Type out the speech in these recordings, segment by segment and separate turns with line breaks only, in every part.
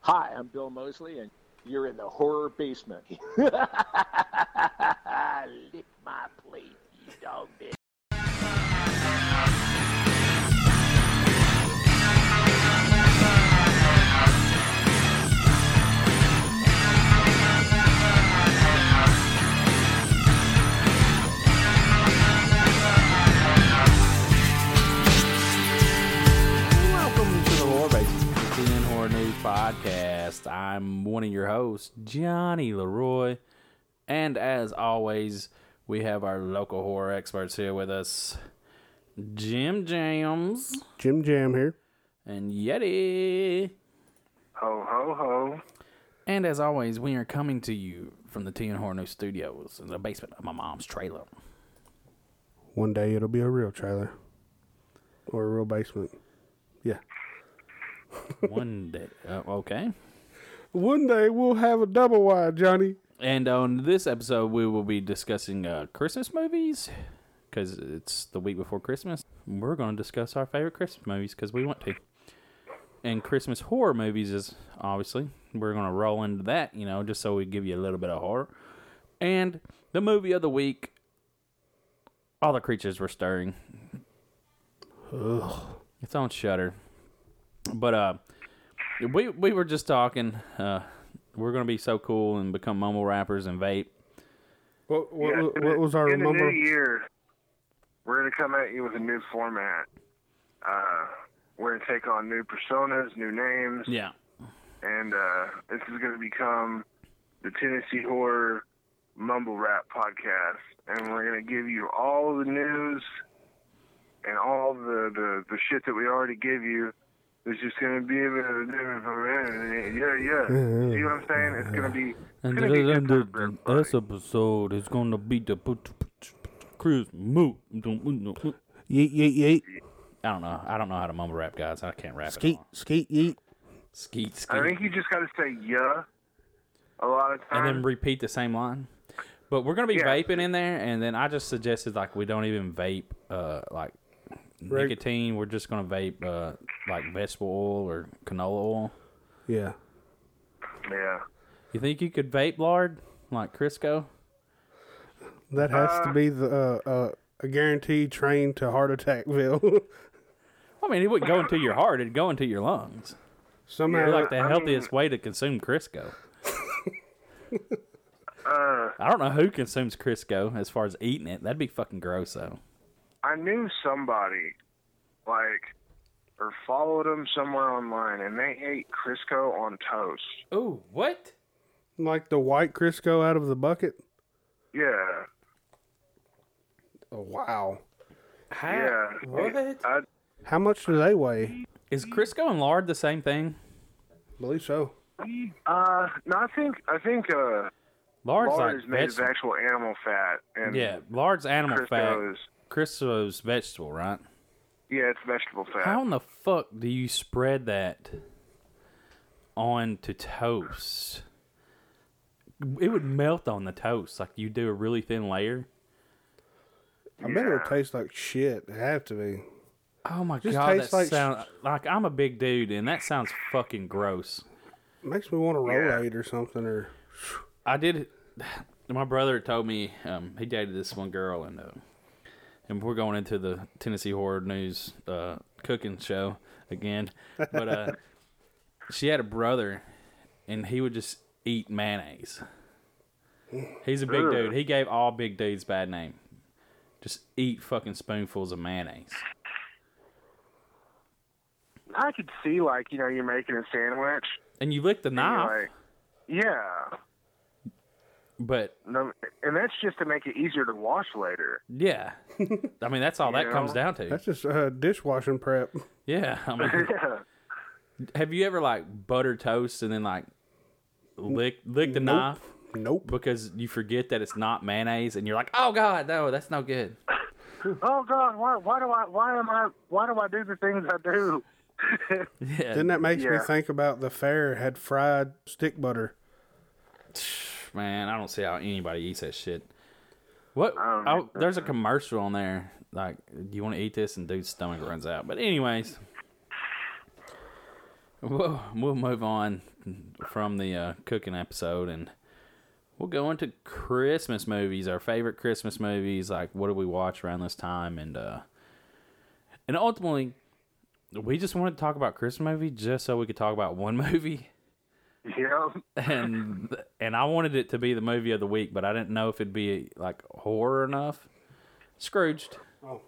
Hi, I'm Bill Mosley, and you're in the horror basement. Lick my plate, you dog bitch.
Welcome to the Horror Basis 15 Horror News Podcast. I'm one of your hosts, Johnny Leroy. And as always, we have our local horror experts here with us Jim Jams
Jim Jam here.
and Yeti.
Ho ho ho.
And as always, we are coming to you from the TN Horror News Studios in the basement of my mom's trailer.
One day it'll be a real trailer or a real basement. Yeah.
One day. Uh, okay.
One day we'll have a double wide, Johnny.
And on this episode, we will be discussing uh, Christmas movies because it's the week before Christmas. We're going to discuss our favorite Christmas movies because we want to. And Christmas horror movies is obviously we're going to roll into that, you know, just so we give you a little bit of horror. And the movie of the week, all the creatures were stirring. It's on Shutter, but uh, we we were just talking. Uh, we're gonna be so cool and become mumble rappers and vape.
What what,
Yeah,
what,
in the-
was our
in the
number?
new year? We're gonna come at you with a new format. Uh, we're gonna take on new personas, new names,
Yeah,
and uh, this is gonna become the Tennessee Horror Mumble Rap Podcast. And we're gonna give you all the news and all the the, the shit that we already give you. It's just gonna be a bit of a different, yeah, yeah. See what I'm saying? It's gonna be. It's
and
gonna be good for everybody.
this episode is gonna be the Chris Moot. I don't
Yeet yeet yeet.
know. I don't know how to mumble rap, guys. I can't rap. at
Skeet
all.
skeet yeet.
skeet,
I
skeet,
think you just got to say yeah a lot of
and then
times.
repeat the same line. But we're gonna be
Yeah.
vaping in there, and then I just suggested like we don't even vape uh like
Right.
nicotine. We're just gonna vape uh like vegetable oil or canola oil.
Yeah.
yeah.
You think you could vape lard like Crisco?
That has to be the uh, uh, a guaranteed train to heart attackville.
I mean, it wouldn't go into your heart; it'd go into your lungs.
Somehow
It's like the
I
healthiest way to consume Crisco.
Uh,
I don't know who consumes Crisco as far as eating it. That'd be fucking gross, though.
I knew somebody, like, or followed them somewhere online, and they ate Crisco on toast.
Oh, what?
like the white Crisco out of the bucket.
Yeah.
Oh, wow.
How?
Yeah. I,
How much do they weigh?
Is Crisco and lard the same thing?
believe so.
uh, no, I think I think uh,
Lard's
lard is
like
made of
vegetable.
actual animal fat, and
Yeah, lard's animal
Crisco
fat.
is
Crisco's vegetable, right?
yeah, it's vegetable fat.
How in the fuck do you spread that on to toast? It would melt on the toast. Like you do a really thin layer.
I bet
Yeah.
it'll taste like shit. It have to be.
Oh my
Just
god, that
tastes like-
sound like I'm a big dude, and that sounds fucking gross.
Makes me want to
Yeah.
roll eight or something or
I did. My brother told me um, he dated this one girl, and uh, and we're going into the Tennessee Horror News uh, cooking show again. But uh, she had a brother, and he would just eat mayonnaise. He's a big
Ugh.
dude. He gave all big dudes bad name. Just eat fucking spoonfuls of mayonnaise.
I could see like you know you're making a sandwich.
And you lick the
and
knife,
you're like, yeah.
but
No, and that's just to make it easier to wash later.
yeah. I mean, that's all that
You
comes
know?
down to.
That's just uh, dishwashing prep.
Yeah. I mean,
yeah.
Have you ever like butter toast and then like lick lick the
Nope.
knife
Nope.
because you forget that it's not mayonnaise and you're like, oh god, no, that's no good.
Oh God, why why do I why am I why do I do the things I do?
Yeah,
Then that makes me
Yeah.
think about the fair had fried stick butter.
man, I don't see how anybody eats that shit. What?
don't
Oh, there's a commercial on there. Like, do you want to eat this? And dude's stomach runs out. But anyways, We'll, we'll move on from the uh, cooking episode and we'll go into Christmas movies, our favorite Christmas movies. Like, what do we watch around this time? And, uh, and ultimately, we just wanted to talk about Christmas movie just so we could talk about one movie.
Yeah.
And, and I wanted it to be the movie of the week, but I didn't know if it'd be like horror enough. Scrooged
Oh,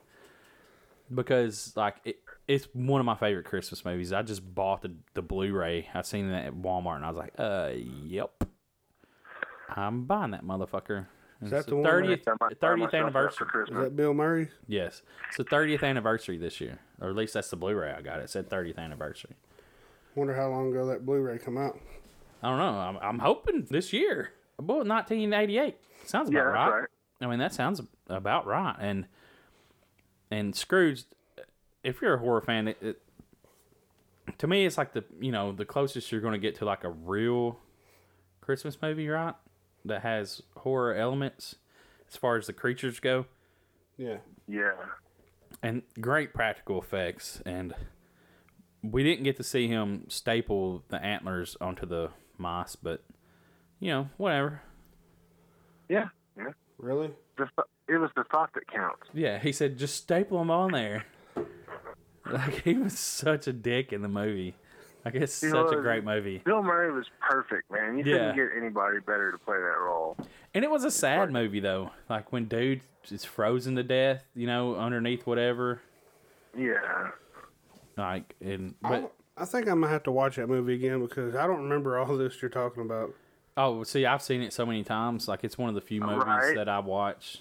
because like it, it's one of my favorite Christmas movies. I just bought the the Blu-ray. I seen that at Walmart, and I was like, "Uh, yep, I'm buying that motherfucker." Is
that the one
thirtieth
I might buy
thirtieth
myself that For
anniversary?
is
Christmas.
that Bill Murray?
Yes, it's the thirtieth anniversary this year, or at least that's the Blu-ray I got. It said thirtieth anniversary.
Wonder how long ago that Blu-ray come out.
I don't know. I'm, I'm hoping this year. Well, 1988 sounds about
Yeah, that's
right.
right.
I mean, that sounds about right. And and Scrooge, if you're a horror fan, it, it, to me, it's like the you know the closest you're going to get to like a real Christmas movie, right? That has horror elements as far as the creatures go,
Yeah.
Yeah.
and great practical effects. And we didn't get to see him staple the antlers onto the mice, but you know, whatever.
Yeah. Yeah.
Really?
The, th- it was the thought that counts.
Yeah, he said just staple them on there. Like he was such a dick in the movie. Like it's
He
such a
was.
great movie,
Bill Murray was perfect, man. You
Yeah.
couldn't get anybody better to play that role.
and it was a sad movie though. Like when dude is frozen to death, you know, underneath whatever.
Yeah.
Like and
I,
but
I think I'm gonna have to watch that movie again because I don't remember all this you're talking about.
oh, see, I've seen it so many times. Like it's one of the few movies
Right.
that I watch.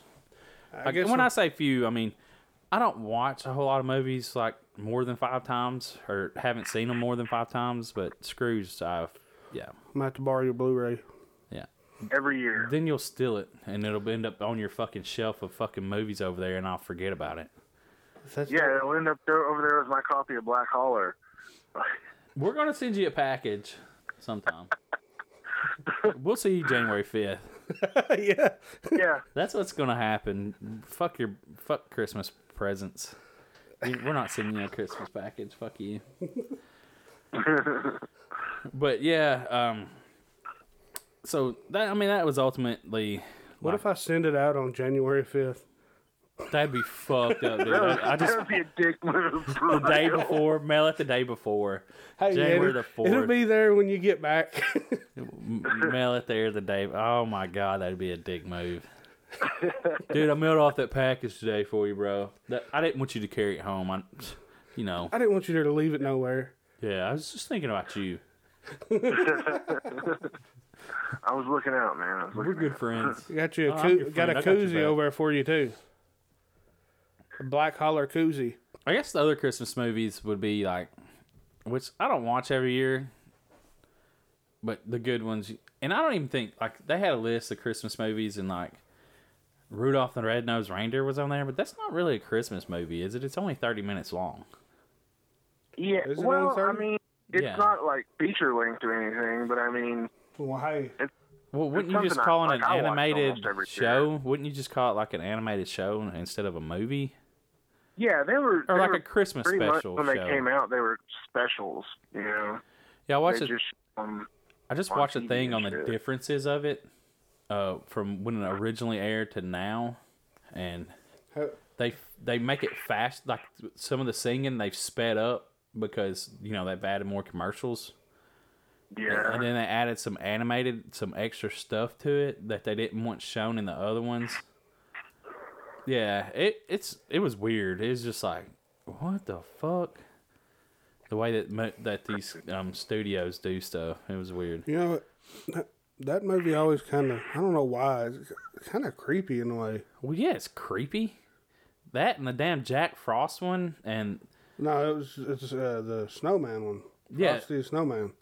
I
Like,
guess
when
I'm-
I say few, I mean I don't watch a whole lot of movies like more than five times or haven't seen them more than five times. But Scrooge, I've yeah,
I'm gonna have to borrow your Blu-ray.
yeah.
Every year.
Then you'll steal it, and it'll end up on your fucking shelf of fucking movies over there, and I'll forget about it.
That's
Yeah, it'll end up there over there with my copy of Black Holler.
We're gonna send you a package sometime. we'll see you January fifth.
yeah.
yeah.
That's what's gonna happen. Fuck your fuck Christmas presents. You- We're not sending you a Christmas package. Fuck you. but yeah, um, so that I mean that was ultimately
What if I send it out on January 5th?
that'd be fucked up, dude. I, I just
that would be a dick move.
the day before, mail it the day before.
Hey,
January
it
the
It'll
fourth.
be there when you get back.
mail it there the day. Oh my god, that'd be a dick move. Dude, I mailed off that package today for you, bro. That, I didn't want you to carry it home. I, you know,
I didn't want you there to leave it nowhere.
yeah, I was just thinking about you.
I was looking out, man. I was
We're
looking
good friends.
Got you a
Oh, I'm
coo-
your
got
friend.
a
I got your
koozie
back.
over there for you too. A black collar koozie.
I guess the other Christmas movies would be like, which I don't watch every year, but the good ones. And I don't even think like they had a list of Christmas movies and like Rudolph the Red-Nosed Reindeer was on there, but that's not really a Christmas movie, is it? It's only 30 minutes long.
Yeah.
Is it on
well, I
Saturday?
mean, it's
Yeah.
not like feature length or anything, but I mean,
Well, hey,
Well, wouldn't
It's
you just
something I-
call it
like,
an
I watch
animated
almost every
show? Wouldn't you just call it like an animated show instead of a movie
yeah, they were
or
they
like
were
a Christmas
pretty much
special
when they
show?
came out, they were specials. You know,
yeah, I
they
watched. A,
just um,
I just
on
watched a
TV
thing on
and
the
shit.
differences of it uh, from when it originally aired to now, and
how,
they they make it fast. Like some of the singing they've sped up because you know they've added more commercials.
yeah,
And then they added some animated, some extra stuff to it that they didn't want shown in the other ones. Yeah, it it's it was weird. It was just like, what the fuck? The way that mo- that these um, studios do stuff, it was weird.
you know that, that movie always kind of I don't know why it's kind of creepy in a way.
Well, yeah, it's creepy. That and the damn Jack Frost one, and
No, it was it's uh, the snowman one.
Yeah.
Frosty the snowman.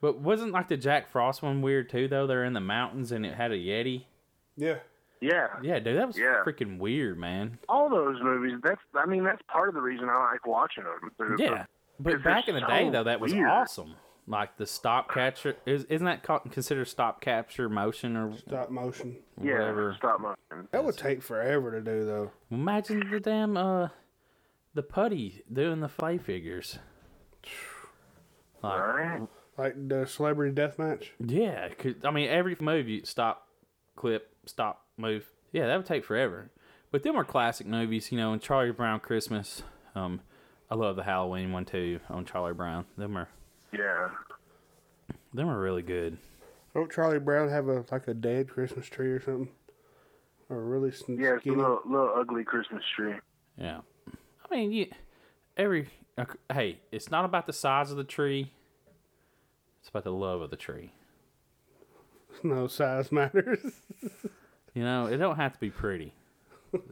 but wasn't like the Jack Frost one weird too? Though they're in the mountains and it had a yeti.
Yeah,
yeah,
Yeah, dude, that was
Yeah.
freaking weird, man.
All those movies. That's I mean, that's part of the reason I like watching them. They're-
Yeah, but
It's
back
just
in the
so
day though, that was
weird.
awesome. Like the stop capture is isn't that ca- considered stop capture motion or
stop motion.
yeah,
whatever?
stop motion.
That would take forever to do though.
Imagine the damn uh, the putty doing the fly figures. Like,
right?
Like the celebrity death match.
Yeah, 'cause- I mean, every move you stop, clip, stop, move. Yeah, that would take forever. But them are classic movies, you know. And Charlie Brown Christmas. Um, I love the Halloween one too on Charlie Brown. Them are
Yeah.
them are really good.
Don't Charlie Brown have a like a dead Christmas tree or something? Or a really sn-
Yeah, it's a
skinny.
little, little ugly Christmas tree.
Yeah, I mean, you, every ok- hey, it's not about the size of the tree. It's about the love of the tree.
No size matters.
You know, it don't have to be pretty,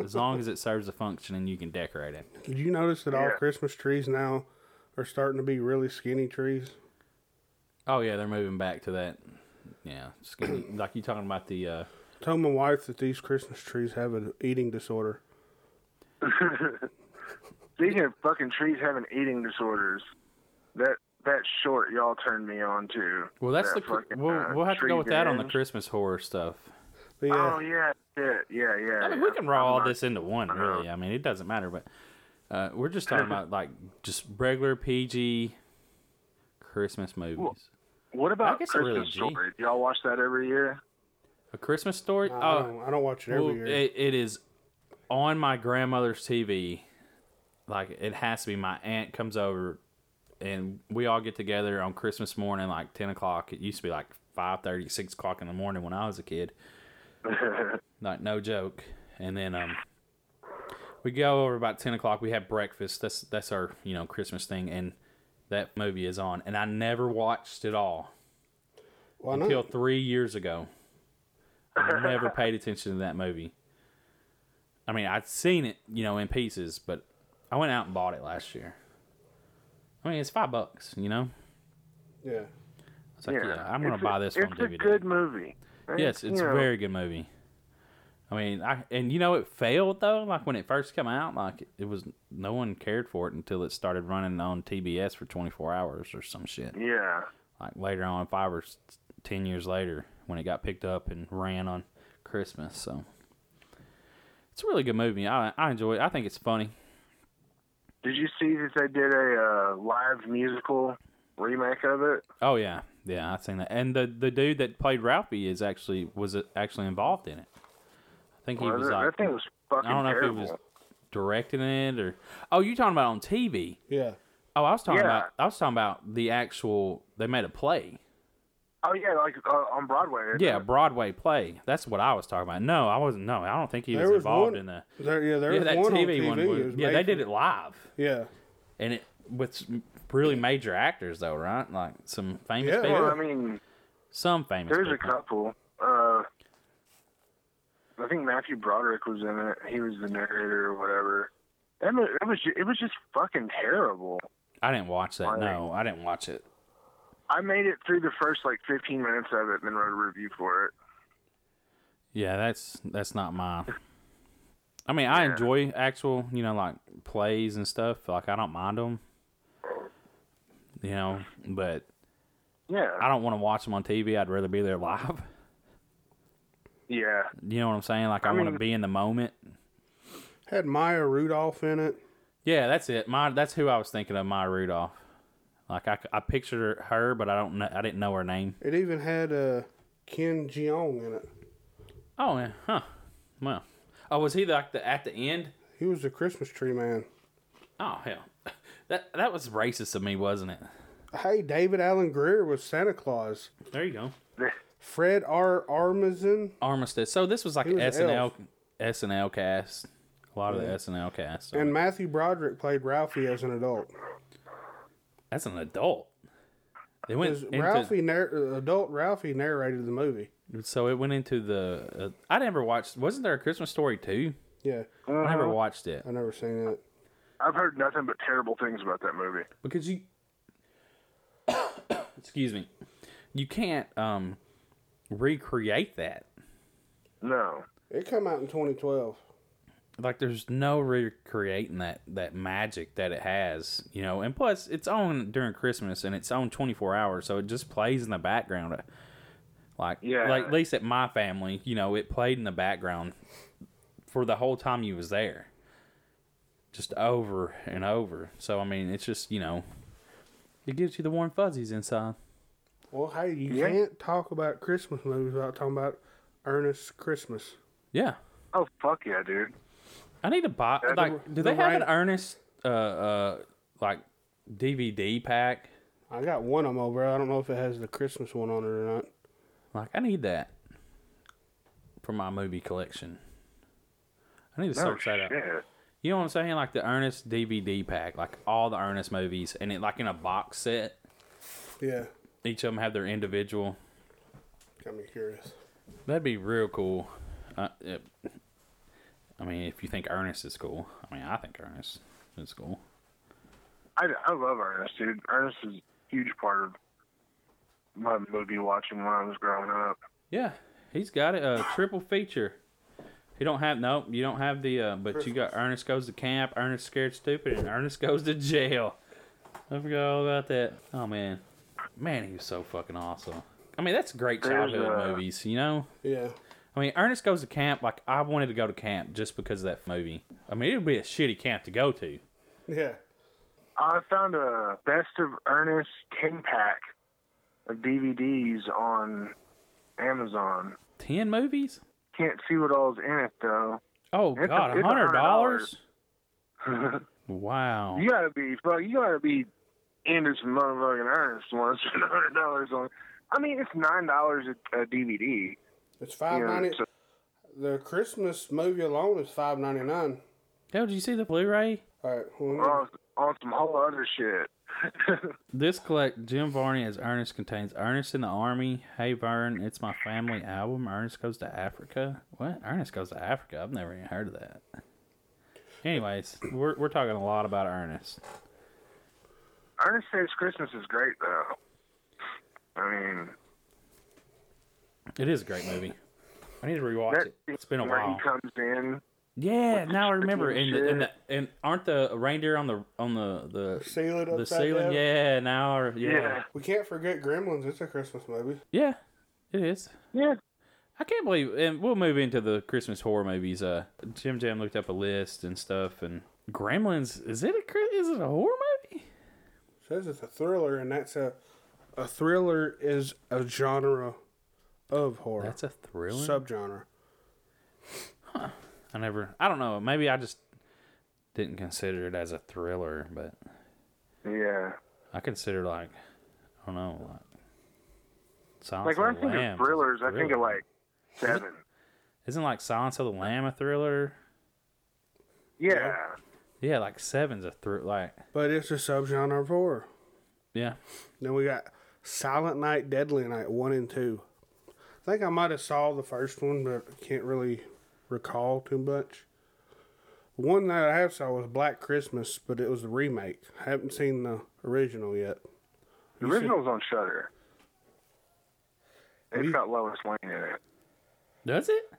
as long as it serves a function and you can decorate it.
Did you notice that all
Yeah.
Christmas trees now are starting to be really skinny trees?
Oh yeah, they're moving back to that. Yeah, it's gonna be- like you talking about the. Uh,
I told my wife that these Christmas trees have an eating disorder.
Speaking of fucking trees having eating disorders, that that short y'all turned me on to.
well, that's the.
That
cr-
fucking,
We'll,
uh,
we'll have to
tree
go with that on the
revenge.
Christmas horror stuff.
But yeah,
Oh yeah, yeah, yeah, yeah.
I mean, we
yeah.
can raw all
I'm not-
this into one, really. I mean, it doesn't matter, but uh, we're just talking about like just regular PG Christmas movies. I
What about
guess a
Christmas
little G.
Story? Do y'all watch that every year?
A Christmas story.
I,
oh,
don't, I don't watch it every
well,
year.
it, it is on my grandmother's TV. Like it has to be. My aunt comes over, and we all get together on Christmas morning, like ten o'clock. It used to be like 5:30, 6 o'clock in the morning when I was a kid. like no joke. And then um, we go over about ten o'clock. We have breakfast. That's that's our you know Christmas thing, and that movie is on. And I never watched it all
Why
until
not?
three years ago. I never paid attention to that movie. I mean, I'd seen it, you know, in pieces, but I went out and bought it last year. I mean, it's five bucks, you know.
Yeah.
It's like, yeah, I'm gonna
It's a-
buy this
It's
on
a
DVD.
good movie.
yes, it's
you
a
know,
very good movie. I mean, I and you know it failed though. Like when it first came out, like it was no one cared for it until it started running on TBS for 24 hours or some shit.
Yeah,
like later on five or s- ten years later when it got picked up and ran on christmas so it's a really good movie i, I enjoy it i think it's funny
Did you see that they did a uh, live musical remake of it?
oh yeah yeah i've seen that and the the dude that played ralphie is actually was uh, actually involved in it i think he
Well,
was
that,
like
that thing was fucking
i don't know
terrible.
if he was directing it or oh you talking about on tv
Yeah.
oh i was talking
Yeah.
about i was talking about the actual they made a play
Oh yeah, like uh, on Broadway. isn't
yeah a
it?
broadway play that's what i was talking about no i wasn't no i don't think he was,
There was
involved
one-
in the
There, yeah, there
yeah,
was
that
one
TV,
on
one.
TV.
was-
It was
yeah, they
amazing.
did it live,
Yeah.
and it with some really major actors though, right? Like some famous
Yeah,
people,
Well, I mean,
some famous.
there's a
people.
couple. Uh, I think Matthew Broderick was in it. He was the narrator or whatever. That mo- that was ju- it was just fucking terrible.
I didn't watch that. No, I didn't watch it.
I made it through the first like 15 minutes of it, and then wrote a review for it.
Yeah, that's that's not my. I mean, I enjoy actual, you know, like plays and stuff. Like I don't mind them, you know, but
Yeah,
I don't want to watch them on TV. I'd rather be there live.
yeah.
You know what I'm saying? Like I, want to
mean-
be in the moment.
Had Maya Rudolph in it.
Yeah, that's it. My that's who I was thinking of. Maya Rudolph. Like I, I pictured her, but I don't know. I didn't know her name.
It even had uh, Ken Jeong in it.
Oh yeah, huh? Well, oh, was he like the at the end?
He was the Christmas tree man.
Oh hell, that that was racist of me, wasn't it?
Hey, David Allen Greer was Santa Claus.
There you go.
Fred R. Armisen.
Armistice. So this was like
He was an
SNL
elf.
SNL cast. A lot of the SNL cast.
And Matthew Broderick played Ralphie as an adult.
That's an adult. They went
Because
into,
Ralphie, narr- adult Ralphie narrated the movie.
so it went into the. Uh, I never watched. Wasn't there a Christmas story too?
Yeah,
I
Uh-huh.
never watched it.
I never seen that.
I've heard nothing but terrible things about that movie.
because you excuse me you can't um recreate that
No.
It come out in 2012.
like there's no recreating that that magic that it has you know and plus it's on during christmas and it's on 24 hours so it just plays in the background like
Yeah.
like at least at my family you know it played in the background for the whole time you was there just over and over so i mean it's just you know It gives you the warm fuzzies inside.
Well, hey, you
Yeah.
can't talk about Christmas movies without talking about Ernest Christmas.
Yeah.
Oh fuck yeah, dude.
I need to buy.
Yeah, the-
Like, do
the
they have an
right-
Ernest uh, uh, like DVD pack?
I got one of them over. I don't know if it has the Christmas one on it or not.
Like, I need that for my movie collection. I need to
No
search that
shit.
out. You know what I'm saying? Like the Ernest DVD pack, like all the Ernest movies, and it like in a box set.
Yeah,
Each of them have their individual.
got me curious.
That'd be real cool. Uh, it, I mean, if you think Ernest is cool, I mean, I think Ernest is cool.
I, I love Ernest, dude. Ernest is a huge part of my movie watching when I was growing up.
Yeah, he's got it, a triple feature. You don't have no, you don't have the, uh, but you got Ernest goes to camp, Ernest scared stupid, and Ernest goes to jail. I forgot all about that. Oh man, man, he was so fucking awesome. I mean, that's great
There's,
childhood
uh,
movies, you know.
Yeah,
I mean, Ernest goes to camp. Like I wanted to go to camp just because of that movie. I mean, it would be a shitty camp to go to.
yeah.
I found a best of Ernest ten pack of DVDs on Amazon.
Ten movies?
Can't see what all's in it though.
Oh
It's a-
god, a
it's a
hundred
hundred
dollars?
dollars.
Wow.
You gotta be fuck. You gotta be into some motherfucking earnest once spend a hundred dollars on. I mean, it's nine dollars a, a DVD.
It's
You
five
know,
ninety.
so-
The Christmas movie alone is five ninety nine.
Hell, did you see the Blu-ray?
All right, well,
we're on, on some whole other shit.
This collect Jim Varney as Ernest contains Ernest in the Army, Hey Vern, It's My Family album, Ernest Goes to Africa. What? Ernest Goes to Africa? I've never even heard of that. Anyways, we're, we're talking a lot about Ernest.
Ernest Saves Christmas is great though. I mean,
It is a great movie. I need to rewatch
that
it. It's
Oh,
been a
scene where
while.
he comes in.
Yeah, now I remember. And, the, and, the,
shit.
and aren't the reindeer on the on the the,
seal it
the
upside
ceiling?
down.
Yeah, now I-
Yeah.
yeah.
We can't forget Gremlins. It's a Christmas movie.
Yeah, it is.
Yeah.
I can't believe, and we'll move into the Christmas horror movies. Uh, Jim Jam looked up a list and stuff, and Gremlins is it a Chri- is it a horror movie?
says it's a thriller, and that's a a thriller is a genre of horror
That's a thriller.
subgenre.
I never, I don't know. Maybe I just didn't consider it as a thriller, but
Yeah.
I consider like I don't know, like Silence
Like
of
when I
the
think of
Lambs is a
thrillers, I think
thriller.
of like seven.
isn't like Silence of the Lamb a thriller?
Yeah.
Yeah, like Seven's a thriller. Like
But it's a subgenre of horror.
yeah,
Then we got Silent Night, Deadly Night one and two. I think I might have saw the first one, but I can't really recall too much. One that I have saw was Black Christmas, but it was the remake. I haven't seen the original yet. You
The
should-
original's on Shutter. It's
We-
got Lois Lane in it.
does it?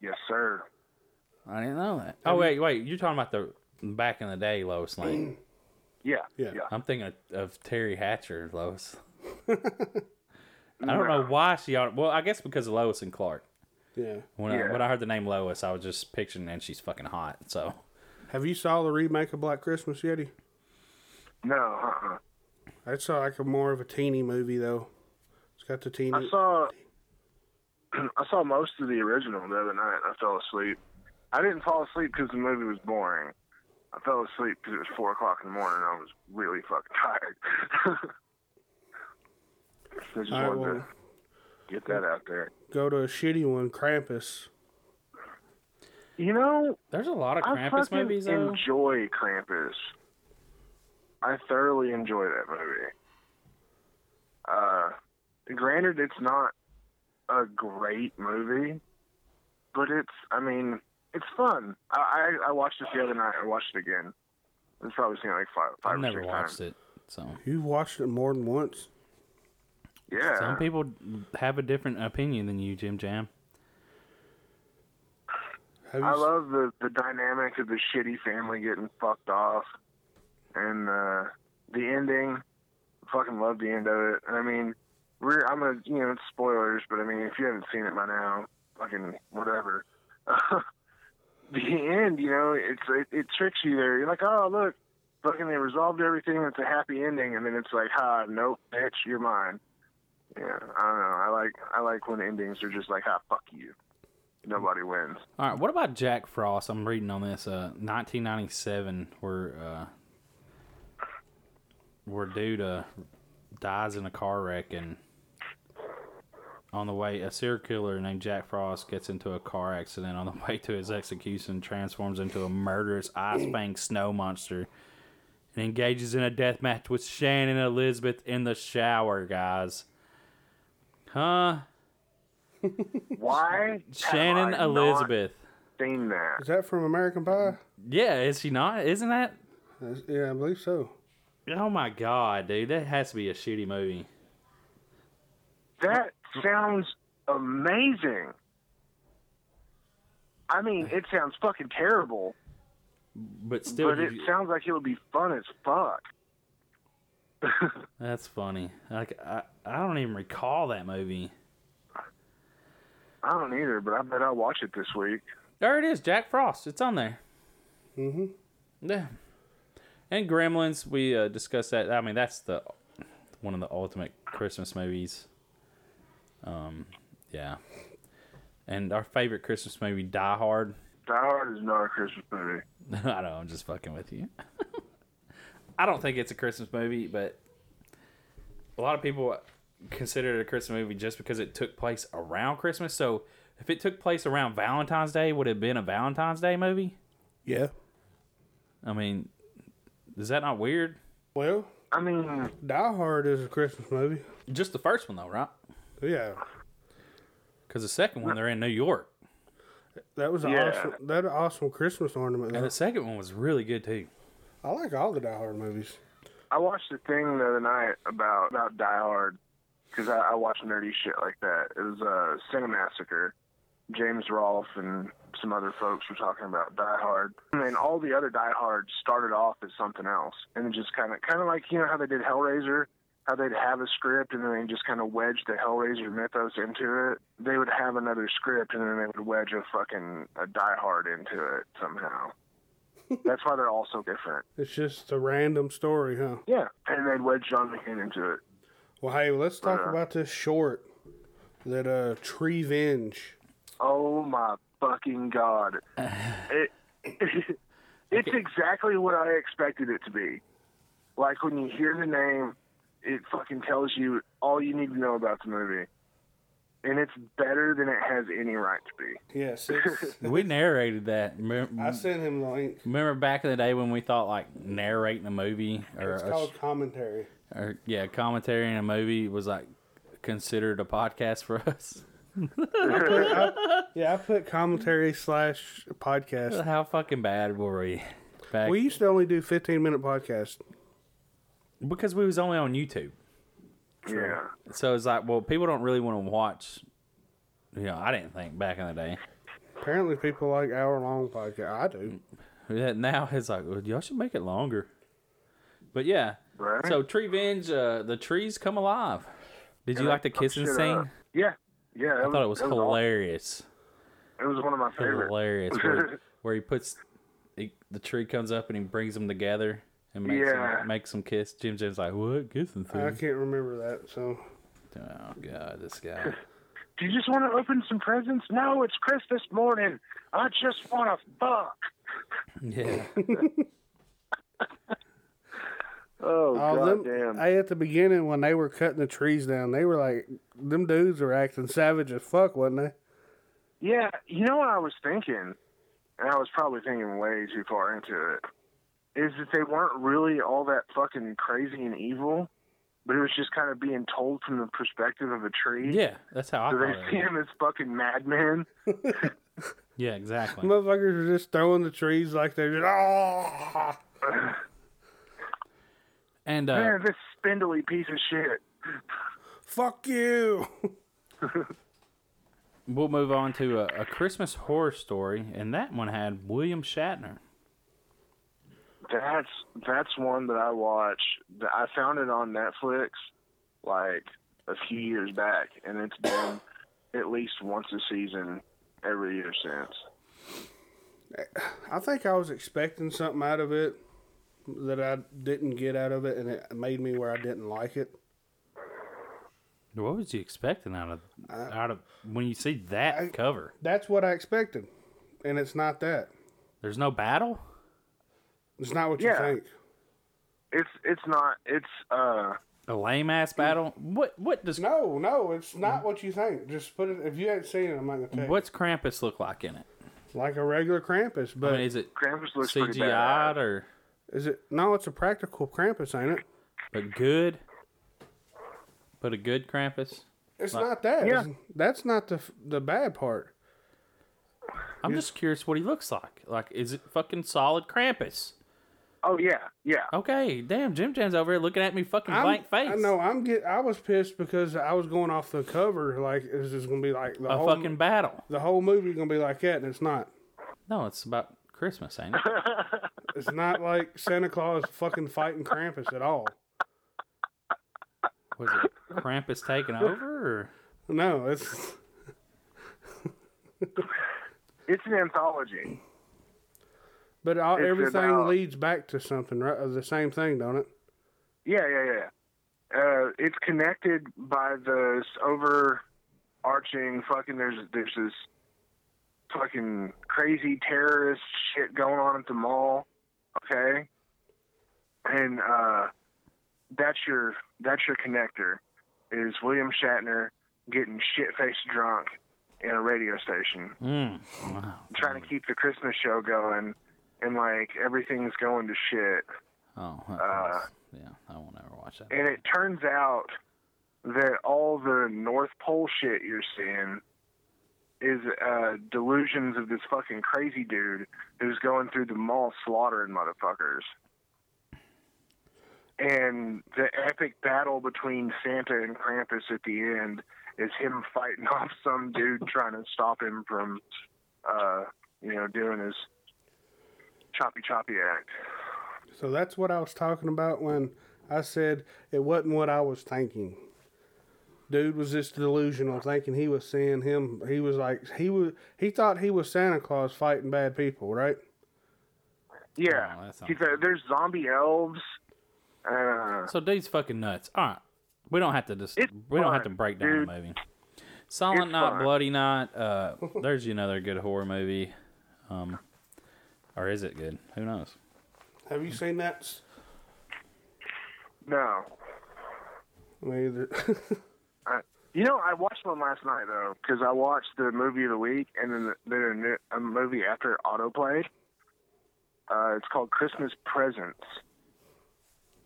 Yes, sir.
I didn't know that. Oh wait, wait, you're talking about the back in the day Lois Lane.
Yeah.
Yeah.
I'm thinking of, of Terry Hatcher, Lois. I don't know why she. ought- Well, I guess because of Lois and Clark.
Yeah.
When, I,
Yeah.
when I heard the name Lois, I was just picturing, and she's fucking hot. So
Have you saw the remake of Black Christmas, Yeti?
No. Uh-uh.
I saw like a more of a teeny movie though. It's got the teeny.
I saw. I saw most of the original the other night. I fell asleep. I didn't fall asleep because the movie was boring. I fell asleep because it was four o'clock in the morning. and I was really fucking tired. I just
All right,
wanted
well-
to get that out there.
Go to a shitty one, Krampus.
You know,
there's a lot of
I
Krampus
fucking
movies. Though.
enjoy Krampus. I thoroughly enjoy that movie. Uh, granted, it's not a great movie, but it's. I mean, it's fun. I I, I watched it the other night. I watched it again. I've probably seen it like five, five
I've
or
never
six
watched
times.
it. So
You've watched it more than once.
Yeah.
some people have a different opinion than you, Jim Jam.
Have you
I
s-
love the the dynamic of the shitty family getting fucked off, and uh, the ending. Fucking love the end of it. And I mean, we're I'm gonna you know it's spoilers, but I mean if you haven't seen it by now, fucking whatever. the end, you know, it's it, it tricks you there. You're like, oh look, fucking they resolved everything. It's a happy ending, and then it's like, ha, nope, bitch, you're mine. Yeah, I don't know. I like I like when endings are just like, ha, fuck you. Nobody wins.
All right, what about Jack Frost? I'm reading on this uh, 1997, where uh, where dude uh, dies in a car wreck, and on the way, a serial killer named Jack Frost gets into a car accident on the way to his execution, transforms into a murderous ice fang snow monster, and engages in a death match with Shannon Elizabeth in the shower, guys. Huh?
Why?
Shannon
have I not
Elizabeth.
Seen that?
Is that from American Pie?
Yeah, is she not? Isn't that?
That's- yeah, I believe so.
Oh my god, dude, that has to be a shitty movie.
That sounds amazing. I mean, it sounds fucking terrible,
But still,
but it
you-
sounds like it would be fun as fuck.
that's funny. Like I, I don't even recall that movie.
I don't either, but I bet I'll watch it this week.
There it is, Jack Frost. It's on there.
Mm-hmm.
Yeah. And Gremlins, we uh, discussed that. I mean, that's the one of the ultimate Christmas movies. Um, yeah. And our favorite Christmas movie, Die Hard.
Die Hard is not a Christmas movie.
I don't know. I'm just fucking with you. I don't think it's a Christmas movie, but a lot of people consider it a Christmas movie just because it took place around Christmas. So if it took place around Valentine's Day, would it have been a Valentine's Day movie?
Yeah.
I mean, is that not weird?
Well,
I mean,
Die Hard is a Christmas movie.
Just the first one, though, right?
Yeah,
Because the second one, they're in New York.
that was an
Yeah.
awesome. That an awesome Christmas ornament.
And
though.
the second one was really good, too.
I like all the Die Hard movies.
I watched a thing the other night about about Die Hard because I, I watch nerdy shit like that. It was a uh, Cinemassacre. James Rolfe and some other folks were talking about Die Hard, and then all the other Die Hard started off as something else, and it just kind of kind of like you know how they did Hellraiser. How they'd have a script and then they just kind of wedge the Hellraiser mythos into it. They would have another script and then they would wedge a fucking a Die Hard into it somehow. That's why they're all so different.
It's just a random story, huh?
Yeah, and they'd wedge John McCain into it.
Well, hey, let's talk
Uh-huh.
about this short that uh Tree Venge.
Oh my fucking god! It, it's exactly what I expected it to be. Like when you hear the name, it fucking tells you all you need to know about the movie, and it's better than it has any right to be.
Yes, it's,
We narrated that. Remember,
I sent him the link.
remember back in the day when we thought, like, narrating a movie or
It's
a
called commentary.
or yeah, commentary in a movie was like considered a podcast for us.
Yeah, I put commentary slash podcast.
How fucking bad were we? Back
We used to only do fifteen minute podcasts.
because we was only on YouTube,
Yeah.
so it's like, well, people don't really want to watch. You know, I didn't think back in the day.
Apparently, people like hour long podcasts. I do.
Yeah, Now it's like, well, y'all should make it longer. But yeah,
Right.
so Tree Venge, uh, the trees come alive. Did you like the kissing
Shit, uh,
scene?
Yeah. Yeah.
I thought it was
awesome.
hilarious.
It was one of my favorites.
hilarious where, where he puts he, the tree comes up and he brings them together and makes
Yeah.
them, makes them kiss. Jim Jim's like, what kissing
I
Mm-hmm.
thing?
can't remember that. So
Oh god, this guy.
Do you just want to open some presents? No, it's Christmas morning. I just want to fuck.
yeah,
Oh,
all
god
Uh, them,
damn.
hey, at the beginning when they were cutting the trees down, they were like, them dudes were acting savage as fuck, wasn't they?
Yeah, you know what I was thinking, and I was probably thinking way too far into it, is that they weren't really all that fucking crazy and evil, but it was just kind of being told from the perspective of a tree.
yeah, that's how I
So they
thought.
see
It was.
him as fucking madman.
Yeah, exactly.
Mm.
Motherfuckers were just throwing the trees like they're just, "Ah."
And uh,
Man, this spindly piece of shit.
fuck you.
we'll move on to a, a Christmas horror story, and that one had William Shatner.
That's that's one that I watch. That I found it on Netflix like a few years back, and it's been at least once a season every year since.
I think I was expecting something out of it, that I didn't get out of it, and it made me where I didn't like it.
What was you expecting out of
Uh,
out of when you see that cover?
That's what I expected, and it's not that.
There's no battle.
It's not what you
Yeah.
think.
It's it's not it's uh
A lame
Mm.
ass battle. What what does
No, no, it's
Mm-hmm.
not what you think. Just put it. If you ain't seen it, I'm not gonna tell you.
what's Krampus look like in it?
Like a regular Krampus,
I
but
mean, is it
Krampus looks pretty
CGI
bad.
or
is it? No, it's a practical Krampus, ain't it?
but good? But a good Krampus.
It's not that.
Yeah.
It's- That's not the f- the bad part.
I'm just curious what he looks like. Like, is it fucking solid Krampus?
Oh yeah, yeah.
Okay, damn, Jim Jam's over here looking at me fucking
I'm-
blank face.
I know. I'm get. I was pissed because I was going off the cover. Like it's just gonna be like the
A
whole
fucking battle.
the whole movie gonna be like that, and it's not.
No, it's about Christmas, ain't it?
It's not like Santa Claus fucking fighting Krampus at all.
Was it Krampus taking over? Or?
No, it's
It's an anthology.
but all,
It's
everything
about-
leads back to something, right? Or The same thing, don't it?
Yeah, yeah, yeah. Uh, it's connected by this overarching fucking. There's there's this fucking crazy terrorist shit going on at the mall. Okay, and uh, that's your that's your connector is William Shatner getting shit faced drunk in a radio station,
Mm. Wow.
trying to keep the Christmas show going, and like everything's going to shit.
Oh, that
Uh,
was- yeah. I won't ever watch that.
and it turns out that all the North Pole shit you're seeing is uh, delusions of this fucking crazy dude who's going through the mall slaughtering motherfuckers. And the epic battle between Santa and Krampus at the end is him fighting off some dude trying to stop him from, uh, you know, doing his choppy choppy act.
So that's what I was talking about when I said it wasn't what I was thinking. Dude was just delusional, thinking he was seeing him. He was like he was. He thought he was Santa Claus fighting bad people, right?
Yeah,
Oh, that sounds
He's a- there's zombie elves. Uh,
So dude's fucking nuts. All right, we don't have to just
It's
we don't have to
fun,
break down
dude.
the movie. Silent
It's
Night,
fun.
Bloody Night. Uh, there's another good horror movie. Um, or is it good? Who knows?
Have you seen that? s-
no,
Me either.
I, you know I watched one last night though because I watched the movie of the week and then the, then a, new, a movie after it autoplayed. Uh, it's called Christmas Presents,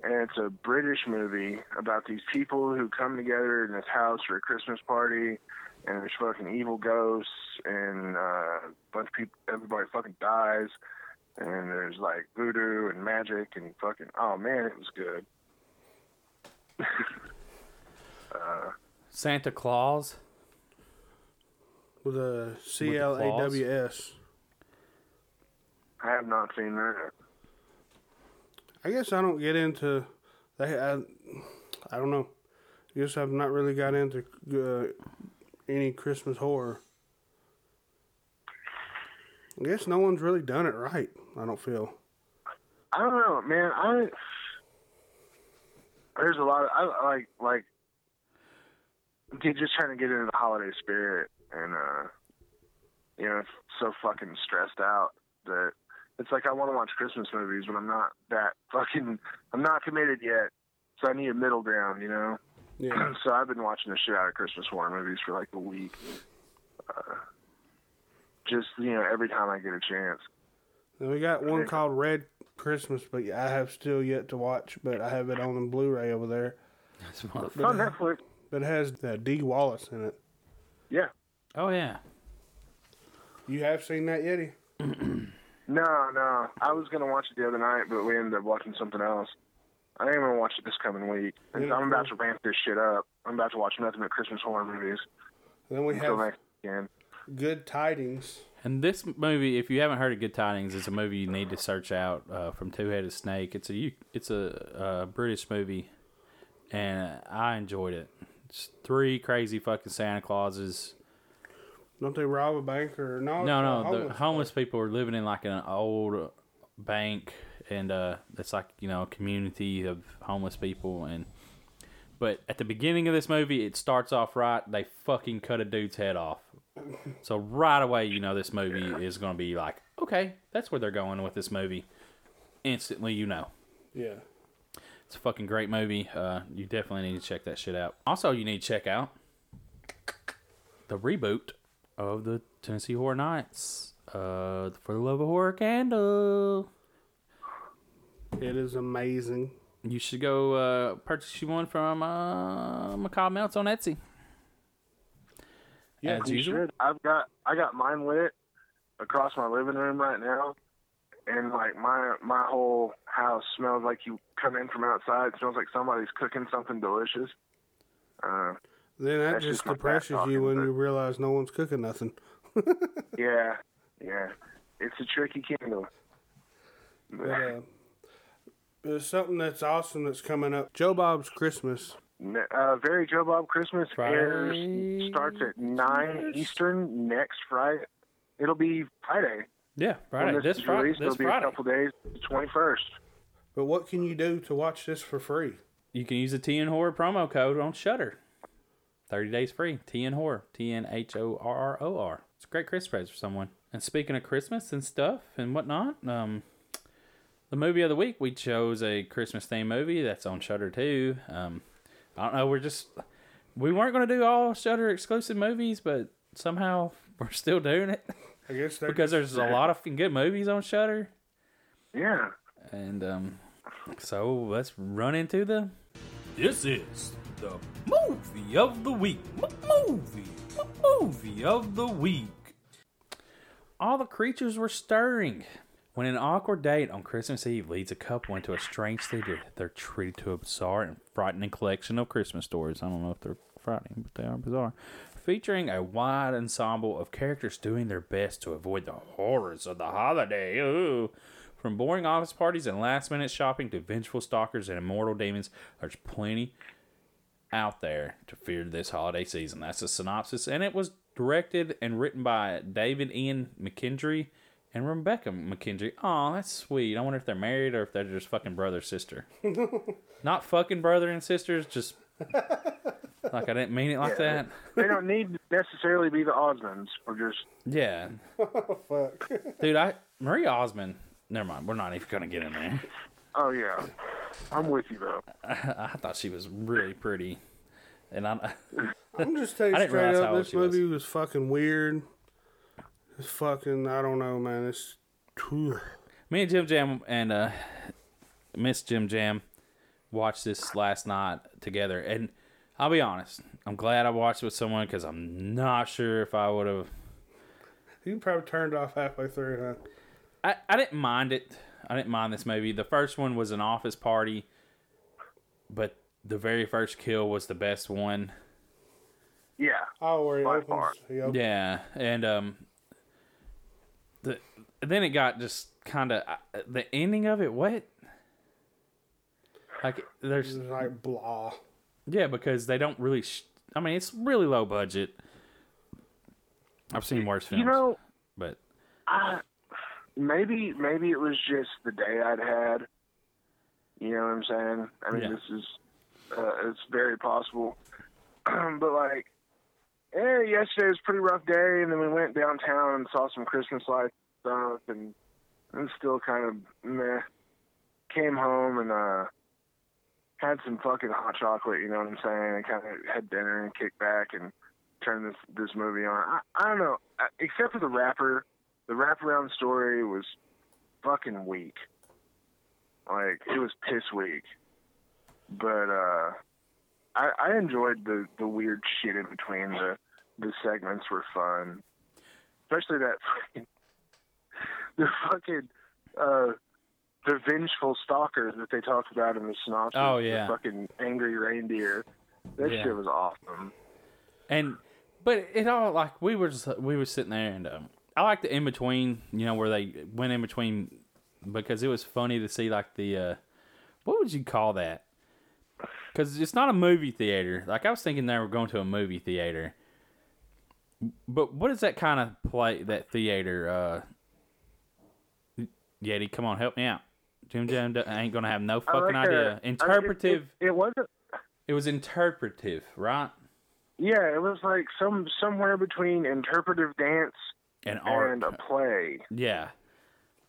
and it's a British movie about these people who come together in this house for a Christmas party, and there's fucking evil ghosts and uh, a bunch of people. Everybody fucking dies. And there's like voodoo and magic and fucking oh man, it was good.
Santa Claus.
with a C L A W S.
I have not seen that.
I guess I don't get into. They, I, I don't know. I guess I've not really got into uh, any Christmas horror. I guess no one's really done it right. I don't feel.
I don't know, man. I there's a lot of I like like dude, just trying to get into the holiday spirit, and uh, you know, it's so fucking stressed out that it's like I want to watch Christmas movies, but I'm not that fucking I'm not committed yet, so I need a middle ground, you know.
Yeah.
So I've been watching the shit out of Christmas horror movies for like a week. Uh, just you know, every time I get a chance.
And we got one called Red Christmas, but I have still yet to watch. But I have it on the Blu-ray over there.
That's one of the-
It's on Oh, Netflix.
But it has uh, D. Wallace in it.
Yeah.
Oh yeah.
You have seen that Yeti?
No, no. I was gonna watch it the other night, but we ended up watching something else. I am gonna watch it this coming week. And
Yeah,
I'm about
cool.
to ramp this shit up. I'm about to watch nothing but Christmas horror movies
Then we
until
have
next weekend.
Good Tidings.
And this movie, if you haven't heard of Good Tidings, is a movie you need to search out uh, from Two Headed Snake. It's a U- it's a, uh British movie, and I enjoyed it. It's three crazy fucking Santa Clauses.
Don't they rob a bank or
No,
no? it's a
no, the
homeless-
homeless people are living in like an old bank, and uh, it's like you know a community of homeless people and. But at the beginning of this movie, it starts off right. They fucking cut a dude's head off. So right away, you know this movie is going to be like, okay, that's where they're going with this movie. Instantly, you know.
Yeah.
It's a fucking great movie. Uh, you definitely need to check that shit out. Also, you need to check out the reboot of the Tennessee Horror Nights. Uh, for the love of horror candle,
It is amazing.
you should go uh, purchase you one from uh, Macabre Melts on Etsy.
Yeah,
As
You
usual.
should. I've got I got mine lit across my living room right now, and like my my whole house smells like you come in from outside. It smells like somebody's cooking something delicious. Uh,
Then that
That's
just
just my
depresses
back
you when
talking,
you realize no one's cooking nothing.
yeah, yeah. It's a tricky candle.
But uh, there's something that's awesome that's coming up. Joe Bob's Christmas.
Ne- Uh, Very Joe Bob Christmas
Friday.
airs starts at nine Eastern next Friday. It'll be Friday.
Yeah,
When
Friday. This,
is
Friday.
released,
This
it'll be
Friday.
a couple days. The twenty first.
But what can you do to watch this for free?
You can use the TN Horror promo code on Shutter. Thirty days free. TN Horror. T N H O R R O R. It's a great Christmas present for someone. And speaking of Christmas and stuff and whatnot, um, the movie of the week we chose a Christmas themed movie that's on Shutter too. Um, I don't know. We're just we weren't going to do all Shutter exclusive movies, but somehow we're still doing it
I guess they're
because there's a lot of fucking good movies on Shutter,
Yeah.
and um, so let's run into the
This is the movie of the week. M- Movie. M- Movie of the week.
All the creatures were stirring. When an awkward date on Christmas Eve leads a couple into a strange theater, they're treated to a bizarre and frightening collection of Christmas stories. I don't know if they're frightening, but they are bizarre. Featuring a wide ensemble of characters doing their best to avoid the horrors of the holiday. Ooh. From boring office parties and last minute shopping to vengeful stalkers and immortal demons, there's plenty out there to fear this holiday season. That's a synopsis, and it was directed and written by David Ian McKendry and Rebecca McKendry. Oh, that's sweet. I wonder if they're married or if they're just fucking brother sister. Not fucking brother and sisters, just like I didn't mean it like that.
they don't need to necessarily be the Osmonds or just
Yeah,
fuck.
dude. I Marie Osmond. Never mind. We're not even gonna get in there.
oh yeah. I'm with you though.
I thought she was really pretty, and I.
I'm just telling
I
you
didn't
straight
realize how
up,
old
this
she was.
movie was. fucking weird. It's fucking, I don't know, man. It's. Ugh.
me and Jim Jam and uh, Miss Jim Jam watched this last night together, and I'll be honest, I'm glad I watched it with someone because I'm not sure if I would have.
You probably turned off halfway through, huh?
I, I didn't mind it. I didn't mind this movie. The first one was an office party, but the very first kill was the best one.
Yeah.
Oh, where he
By
opens.
far.
Yep.
Yeah, and um, the then it got just kind of the ending of it. What? Like there's
It's like blah.
Yeah, because they don't really. Sh- I mean, it's really low budget. I've seen worse films,
You know,
but
I maybe maybe it was just the day I'd had. You know what I'm saying? I mean,
Yeah.
this is uh, it's very possible. but like, eh, yesterday was a pretty rough day, and then we went downtown and saw some Christmas light stuff, and it was still kind of meh. Came home and uh, had some fucking hot chocolate. You know what I'm saying? And kind of had dinner and kicked back and turned this this movie on. I, I don't know, I- except for the rapper the wraparound story was fucking weak. Like it was piss weak. But uh I I enjoyed the the weird shit in between the the segments were fun. Especially that fucking the fucking uh the vengeful stalker that they talked about in the synopsis.
Oh, yeah.
The fucking angry reindeer. That
Yeah.
shit was awesome.
and but it all like we were just, we were sitting there and um, I like the in between, you know, where they went in between because it was funny to see like the uh, what would you call that? Because it's not a movie theater. Like I was thinking they were going to a movie theater, but what is that kind of play that theater? Uh, Yeti, come on, help me out. Jim Jones do- ain't gonna have no fucking
like
idea.
that. I mean, it-
Interpretive.
it, it wasn't.
it was interpretive, right?
Yeah, it was like some somewhere between interpretive dance
And art.
and uh, a play.
yeah.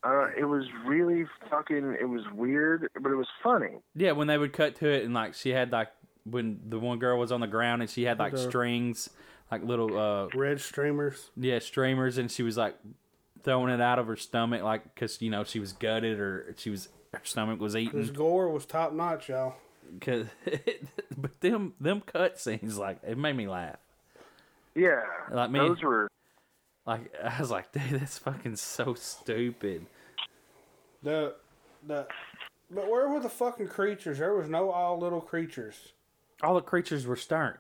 Uh, it was really fucking. It was weird, but it was funny.
Yeah, when they would cut to it and like she had like when the one girl was on the ground and she had like strings, like little uh
Red streamers.
yeah streamers, and she was like throwing it out of her stomach, like because you know she was gutted or she was her stomach was
This
eaten.
gore was top notch, y'all.
Cause, but them them cut scenes like it made me laugh.
Yeah,
Like me.
those were.
Like I was like, dude, that's fucking so stupid.
The the but where were the fucking creatures? There was no all little creatures.
All the creatures were stern.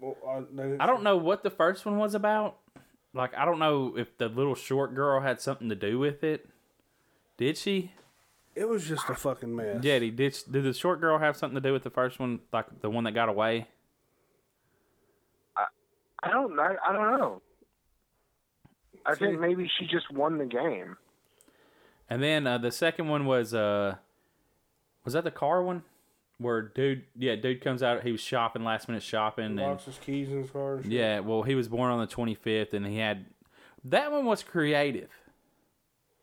Well, uh, they didn't-
I don't know what the first one was about. Like I don't know if the little short girl had something to do with it. Did she?
It was just a fucking mess.
Jetty, did did the short girl have something to do with the first one, like the one that got away?
I don't. I, I don't know. I think maybe she just won the game.
And then uh, the second one was uh, was that the car one, where dude, yeah, dude comes out. He was shopping last minute shopping, and
Locks his keys in his car. and shit.
yeah, well, he was born on the twenty fifth, and he had that one was creative.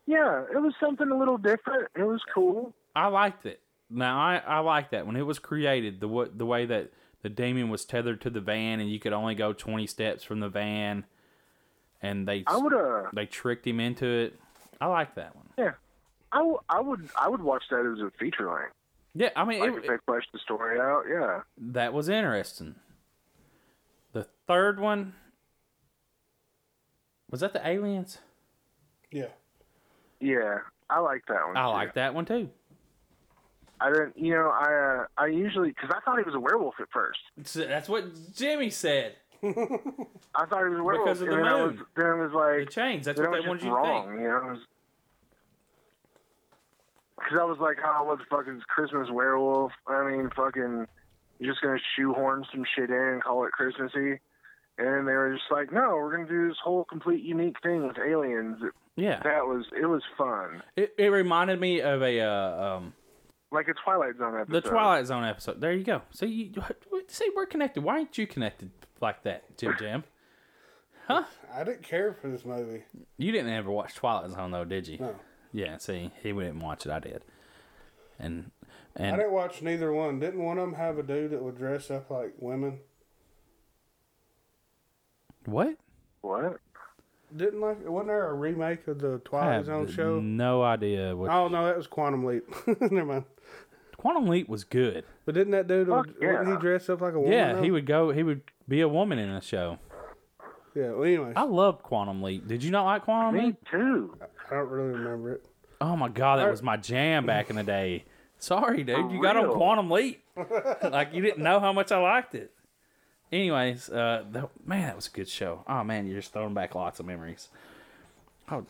Yeah, it was something a little different. It was cool.
I liked it. Now I I liked that when it was created the what the way that the demon was tethered to the van, and you could only go twenty steps from the van, and they
I would. Uh,
they tricked him into it. I like that one.
yeah. I, w- I would. I would watch that as a feature length.
Yeah, I mean,
Like
it,
if they fleshed the story out. Yeah.
that was interesting. The third one was that the aliens.
Yeah.
Yeah. I like that one.
I
too.
like that one too.
I didn't. You know. I. Uh, I usually because I thought he was a werewolf at first.
So That's what Jimmy said.
I thought he was a werewolf.
Because of the
and then I
moon.
was. Then I was
The
like.
chains. That's
That
what
was
they wanted
just
you to
wrong,
think.
you know. Because I was like, oh, what the fuck is Christmas werewolf? I mean, fucking, you're just gonna shoehorn some shit in and call it Christmassy. And they were just like, no, we're gonna do this whole complete unique thing with aliens.
Yeah,
That was it was fun,
it, it reminded me of a uh, um,
like a Twilight Zone episode.
the Twilight Zone episode. There you go. So you see, we're connected. Why aren't you connected like that, Jim Jam?
I didn't care for this movie.
You didn't ever watch Twilight Zone though, did you?
No.
Yeah. See, he didn't watch it. I did. And
I
and
didn't watch neither one. Didn't one of them have a dude that would dress up like women?
what?
What?
Didn't like wasn't there a remake of the
I
Twilight
have
Zone show?
no idea what
Oh no, that was Quantum Leap. Never mind.
Quantum Leap was good.
But didn't that dude
Fuck
wouldn't
yeah.
he dress up like a woman?
Yeah,
though?
he would go. He would be a woman in a show.
Yeah. Well, anyway,
I loved Quantum Leap. Did you not like Quantum
Me
Leap?
too.
I don't really remember it.
Oh my god, that was my jam back in the day. Sorry, dude, you got on
real.
Quantum Leap. like you didn't know how much I liked it. Anyways, uh, that, man, that was a good show. Oh man, you're just throwing back lots of memories. Oh,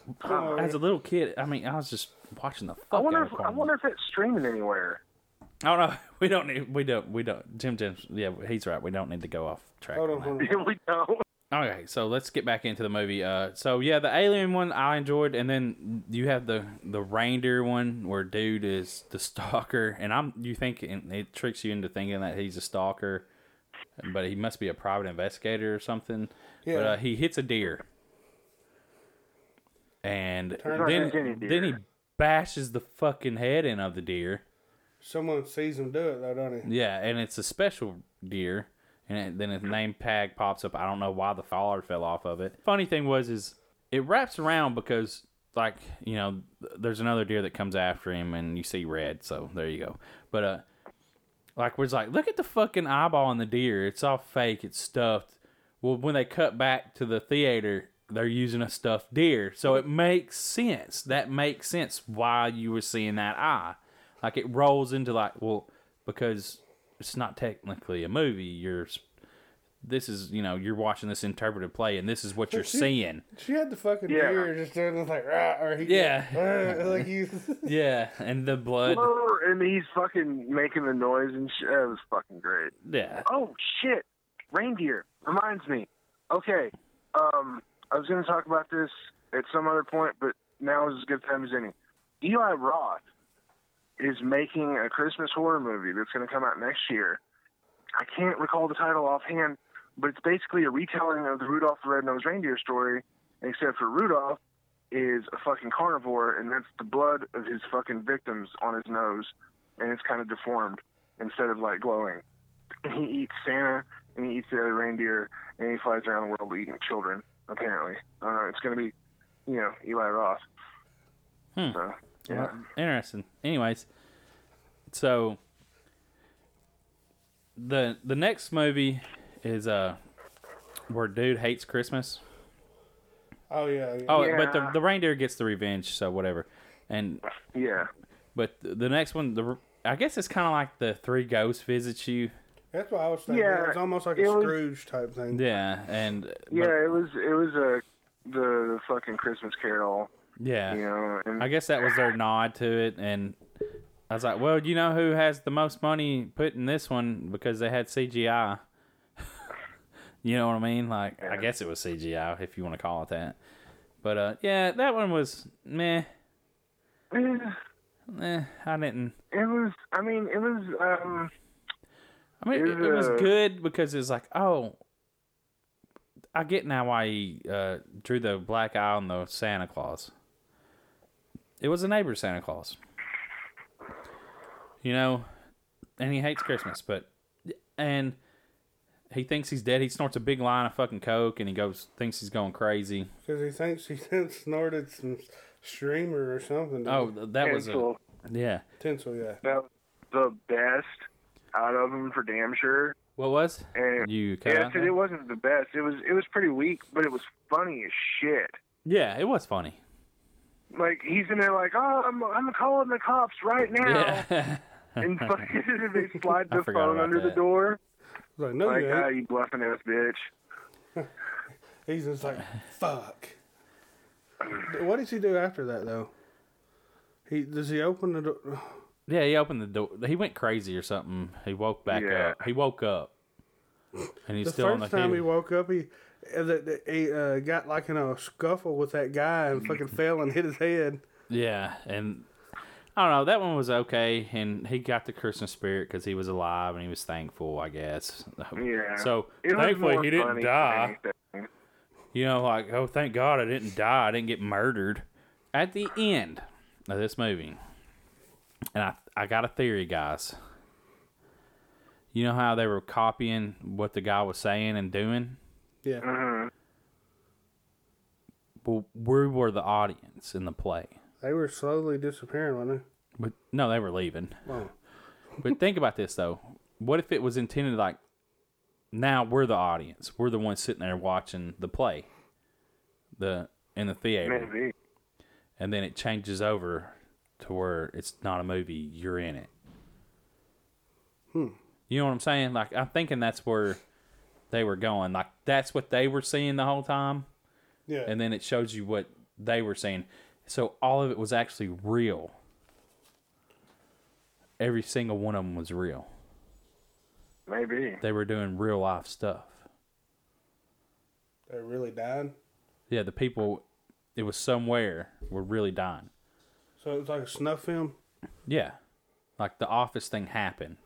as a little kid, I mean, I was just watching the fuck
I wonder.
out of
If, I
Quantum
wonder if it's streaming anywhere.
Leap. I don't know. We don't need. We don't. We don't. Jim. Jim. Yeah, he's right. We don't need to go off track.
Hold
on
on,
that.
hold on.
we don't.
Okay, so let's get back into the movie. Uh, so yeah, the alien one I enjoyed, and then you have the the reindeer one where dude is the stalker, and I'm you think and it tricks you into thinking that he's a stalker, but he must be a private investigator or something. But
Yeah.
uh, he hits a deer, and
out
then
it's any deer.
then he bashes the fucking head in of the deer.
Someone sees him do it though, don't he?
Yeah, and it's a special deer, and it, then his name tag pops up. I don't know why the collar fell off of it. Funny thing was, is it wraps around because like you know, th- there's another deer that comes after him, and you see red. So there you go. But uh, like was like, look at the fucking eyeball on the deer. It's all fake. It's stuffed. Well, when they cut back to the theater. They're using a stuffed deer, so it makes sense. That makes sense why you were seeing that eye like it rolls into like well because it's not technically a movie you're this is you know you're watching this interpretive play and this is what you're seeing
She had the fucking
Yeah.
deer just doing this like rah, or he
Yeah.
"Rah," like he
yeah and the blood
And he's fucking making the noise and shit. That was fucking great.
yeah
Oh shit, reindeer reminds me. Okay, um, I was going to talk about this at some other point, but now is as good a time as any. Eli Roth is making a Christmas horror movie that's going to come out next year. I can't recall the title offhand, but it's basically a retelling of the Rudolph the Red-Nosed Reindeer story, except for Rudolph is a fucking carnivore, and that's the blood of his fucking victims on his nose, and it's kind of deformed instead of like glowing. And he eats Santa, and he eats the other reindeer, and he flies around the world eating children. Apparently, I don't know. It's going to be, you know, Eli Roth.
Hmm.
So, yeah.
Interesting. Anyways, so the the next movie is uh where dude hates Christmas.
Oh yeah. yeah.
Oh, but the
Yeah.
the reindeer gets the revenge, so whatever. And
yeah.
but the the next one, the I guess it's kind of like the three ghosts visits you.
That's what I was thinking.
Yeah,
it's almost like
it
a
was-
Scrooge type thing.
Yeah, and but-
Yeah, it was it was a the fucking Christmas Carol,
yeah.
you know, and
I guess that was their nod to it, and I was like, well, you know who has the most money put in this one because they had CGI. you know what I mean? Like, I guess it was CGI if you want to call it that. But uh, yeah, that one was meh.
eh,
Eh, I didn't.
it was. I mean, it was. um
I mean,
Is,
it, it was
uh,
good because it was like, oh, I get now why he uh, drew the black eye on the Santa Claus. It was a neighbor Santa Claus, you know, and he hates Christmas, but and he thinks he's dead. He snorts a big line of fucking coke, and he goes thinks he's going crazy.
Because he thinks he then snorted some streamer or something.
Oh, th- that was a
Hansel,
yeah.
Tinsel, yeah.
that was the best out of them for damn sure.
What was
And
you? Cut
yeah,
out
I said
there?
it wasn't the best. It was it was pretty weak, but it was funny as shit.
yeah, it was funny.
Like he's in there like, oh, I'm I'm calling the cops right now,
Yeah,
and fucking they slide
I
the
forgot
phone
about
under
that.
the door.
Like, no,
Like,
you
ah,
ain't.
you bluffing ass bitch.
He's just like, fuck. what does he do after that though? He does he open the door?
Yeah, he opened the door. He went crazy or something. He woke back
Yeah.
up. He woke up, and he's
The
still on the
first time he
hill.
woke up, he uh, the, the, he uh, got like in a scuffle with that guy and fucking fell and hit his head.
Yeah, and I don't know. That one was okay, and he got the Christmas spirit because he was alive and he was thankful. I guess.
Yeah.
So
It was
thankfully
more
he didn't
funny than
die.
anything.
You know, like oh, thank God I didn't die. I didn't get murdered. At the end of this movie, and I I got a theory, guys. You know how they were copying what the guy was saying and doing.
Yeah,
Uh-huh.
Well, we were the audience in the play.
they were slowly disappearing, wasn't
But no, they were leaving.
they? Oh,
But think about this though. What if it was intended like now we're the audience. We're the ones sitting there watching the play. The in the theater.
Maybe.
And then it changes over to where it's not a movie, you're in it. Hmm. You know what I'm saying? Like I'm thinking that's where they were going. Like that's what they were seeing the whole time.
yeah.
and then it shows you what they were saying. So all of it was actually real. Every single one of them was real.
Maybe.
They were doing real life stuff.
they really died.
Yeah, the people, it was somewhere, were really dying.
So it was like a snuff film.
Yeah. Like the office thing happened,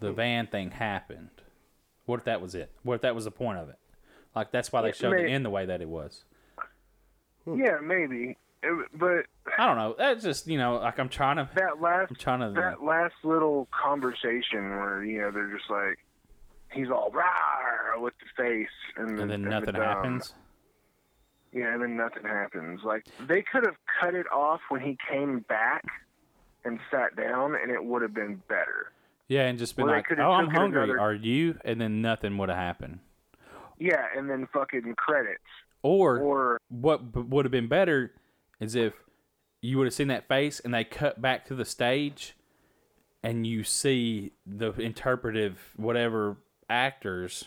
the van thing happened. What if that was it? What if that was the point of it? Like that's why they showed it
may-
in the way that it was.
Yeah, maybe. It, but
I don't know. That's just you know, like I'm trying to,
that last
I'm trying to.
that last little conversation where you know they're just like he's all rah with the face and,
and
the-
then
the
nothing
dumb.
happens.
yeah and then nothing happens like they could have cut it off when he came back and sat down and it would have been better
Yeah, and just been
Well, they
like,
could've
"Oh, I'm
took it
hungry.
another-
Are you?" And then nothing would have happened.
yeah and then fucking credits
Or,
or
what b- would have been better is if you would have seen that face, and they cut back to the stage, and you see the interpretive whatever actors,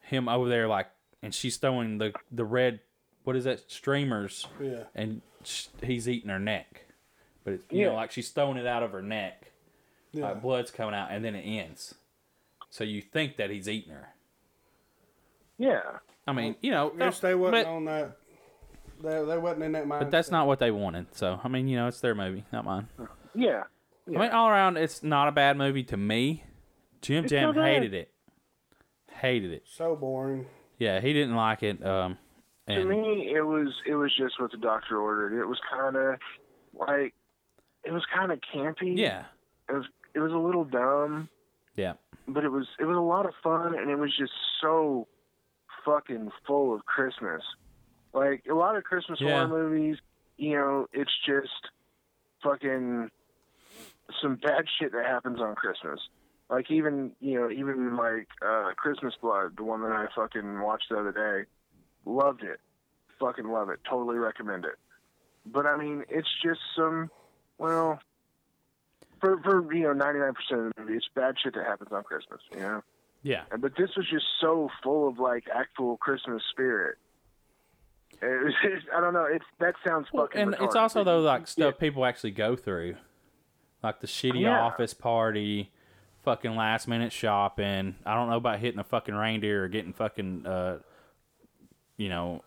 him over there like, and she's throwing the the red what is that streamers,
Yeah.
and sh- he's eating her neck, but it's you know
Yeah.
like she's throwing it out of her neck,
Yeah.
like blood's coming out, and then it ends. So you think that he's eating her.
yeah
I mean, you know,
Wish they wasn't
but,
on that. They, they wasn't in that mindset.
but that's not what they wanted. So I mean, you know, it's their movie, not mine.
Yeah.
I mean, all around, it's not a bad movie to me. Jim Jam
not bad.
hated it. Hated it.
So boring.
Yeah, he didn't like it. Um,
To
and
me, it was it was just what the doctor ordered. It was kind of like it was kind of campy.
yeah,
It was it was a little dumb,
yeah,
but it was it was a lot of fun, and it was just so fucking full of Christmas. Like a lot of Christmas
Yeah.
horror movies, you know, it's just fucking some bad shit that happens on Christmas. Like even you know even like uh, Christmas Blood, the one that I fucking watched the other day, loved it, fucking love it, totally recommend it. But I mean, it's just some well, for for you know ninety nine percent of the movie, it's bad shit that happens on Christmas, you know.
yeah.
But this was just so full of like actual Christmas spirit. It was just, I don't know. It's that sounds
Well,
fucking.
and it's
retarded.
also though like stuff people actually go through, like the shitty
Yeah.
office party, fucking last minute shopping. I don't know about hitting a fucking reindeer or getting fucking, uh, you know,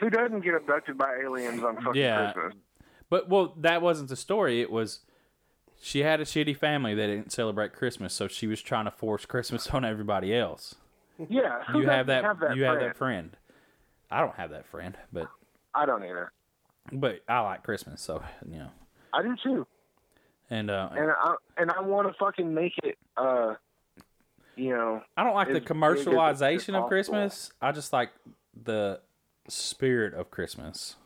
Who doesn't get abducted by aliens on fucking
Yeah.
Christmas?
But well, that wasn't the story. It was she had a shitty family that didn't celebrate Christmas, so she was trying to force Christmas on everybody else.
Yeah, who
You have
doesn't
that, you have
friend?
that friend. I don't have that friend, but
I don't either.
but I like Christmas, so you know.
I do too,
And uh,
and I and I want to fucking make it. uh You know,
I don't like the
as big as it's
commercialization of
possible.
Christmas. I just like the spirit of Christmas.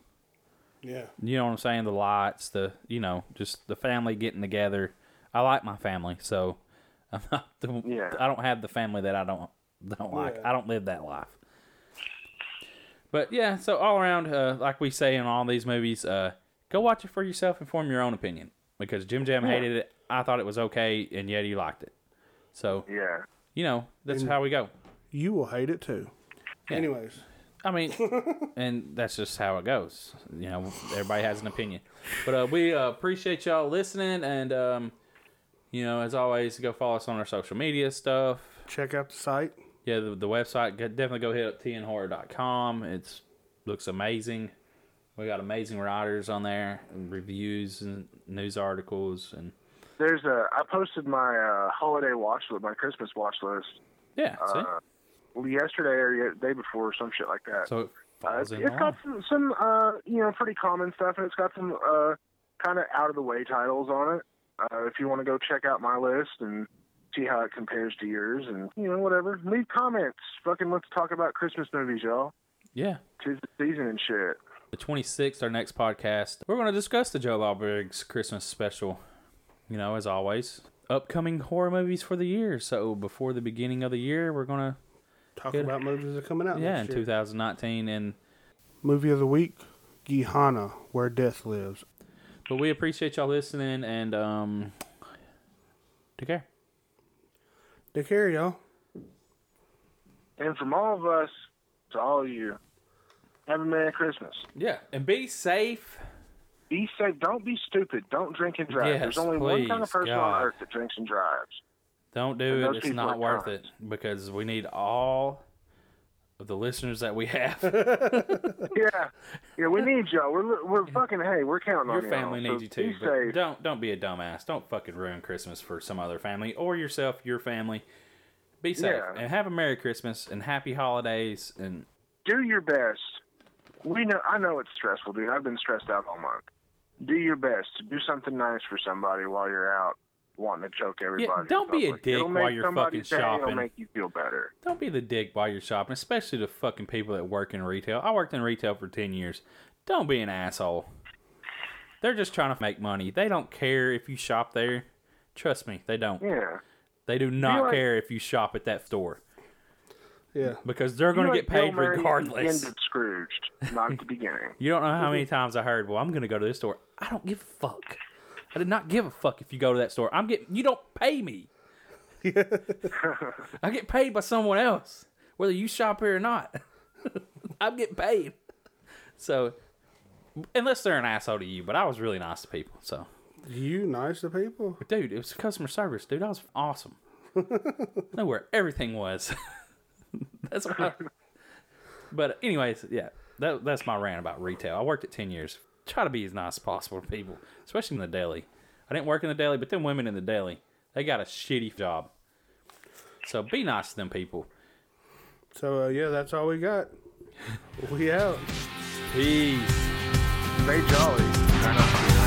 Yeah.
You know what I'm saying? The lights, the you know, just the family getting together. I like my family, so I'm not the,
Yeah.
I don't have the family that I don't don't like.
Yeah.
I don't live that life. But yeah, so all around, uh, like we say in all these movies, uh, go watch it for yourself and form your own opinion. Because Jim Jam hated it, I thought it was okay, and yet he liked it. So
yeah.
you know that's how we go.
You will hate it too.
Yeah.
Anyways,
I mean, and that's just how it goes. You know, everybody has an opinion. But uh, we uh, appreciate y'all listening, and um, you know, as always, go follow us on our social media stuff.
check out the site.
Yeah, the, the website. go- Definitely go hit up tnhorror.com. It's looks amazing. We got amazing writers on there, and reviews and news articles, and
There's a. I posted my uh, holiday watch list, my Christmas watch list
yeah. See?
yesterday or the day before, or some shit like that.
so it
Uh,
falls
it's,
in
it's got
line.
some, some uh, you know, pretty common stuff, and it's got some uh, kind of out of the way titles on it. Uh, if you want to go check out my list and see how it compares to yours, and you know, whatever, leave comments. Fucking let's talk about Christmas movies, y'all.
Yeah.
Tis the season and shit.
the 26th, our next podcast, we're going to discuss the Joe Lawberg's Christmas special. You know, as always, upcoming horror movies for the year. So before the beginning of the year, we're going to,
Talk
Good.
about movies that are coming out.
yeah, in
next year.
2019. And,
Movie of the week: Gihana, Where Death Lives.
but we appreciate y'all listening and, um, take care.
Take care, y'all.
And from all of us to all of you, have a merry Christmas.
Yeah. And be safe.
Be safe. Don't be stupid. Don't drink and drive.
Yes,
There's only one kind of
please,
person
God.
on earth that drinks and drives.
Don't do
those
it. It's
people
not
are
worth
cons.
it because we need all of the listeners that we have.
Yeah, yeah. We need y'all. We're we're fucking. Hey, we're counting
Your
on
family
y'all. So
needs you too,
Be
but
safe.
don't don't be a dumbass. Don't fucking ruin Christmas for some other family or yourself, your family. Be safe
Yeah.
and have a Merry Christmas and happy holidays and
do your best. We know I know it's stressful, dude. I've been stressed out all month. Do your best. Do something nice for somebody while you're out wanting to choke everybody. in
don't be a
public.
dick
It'll make
while you're
somebody's
fucking
day,
shopping.
It'll make you feel better.
don't be the dick while you're shopping, especially the fucking people that work in retail. I worked in retail for ten years. Don't be an asshole. They're just trying to make money. They don't care if you shop there. Trust me, they don't.
Yeah.
They do not
like-
care if you shop at that store
Yeah.
because they're going to
You're
get
like Bill
paid
Murray at the
regardless.
End of Scrooged, not at the beginning.
You don't know how many times I heard, "Well, I'm going to go to this store." I don't give a fuck. I did not give a fuck if you go to that store. I'm getting. You don't pay me. I get paid by someone else, whether you shop here or not. I'm getting paid. So, unless they're an asshole to you, but I was really nice to people. So,
You nice to people.
dude, it was customer service, dude. I was awesome. know where everything was. that's what. I- but anyways, yeah, that, that's my rant about retail. I worked at ten years. Try to be as nice as possible to people, especially in the deli. I didn't work in the deli, but them women in the deli, they got a shitty job. So be nice to them people.
So uh, yeah, that's all we got. We out.
Peace.
They jolly. They're not-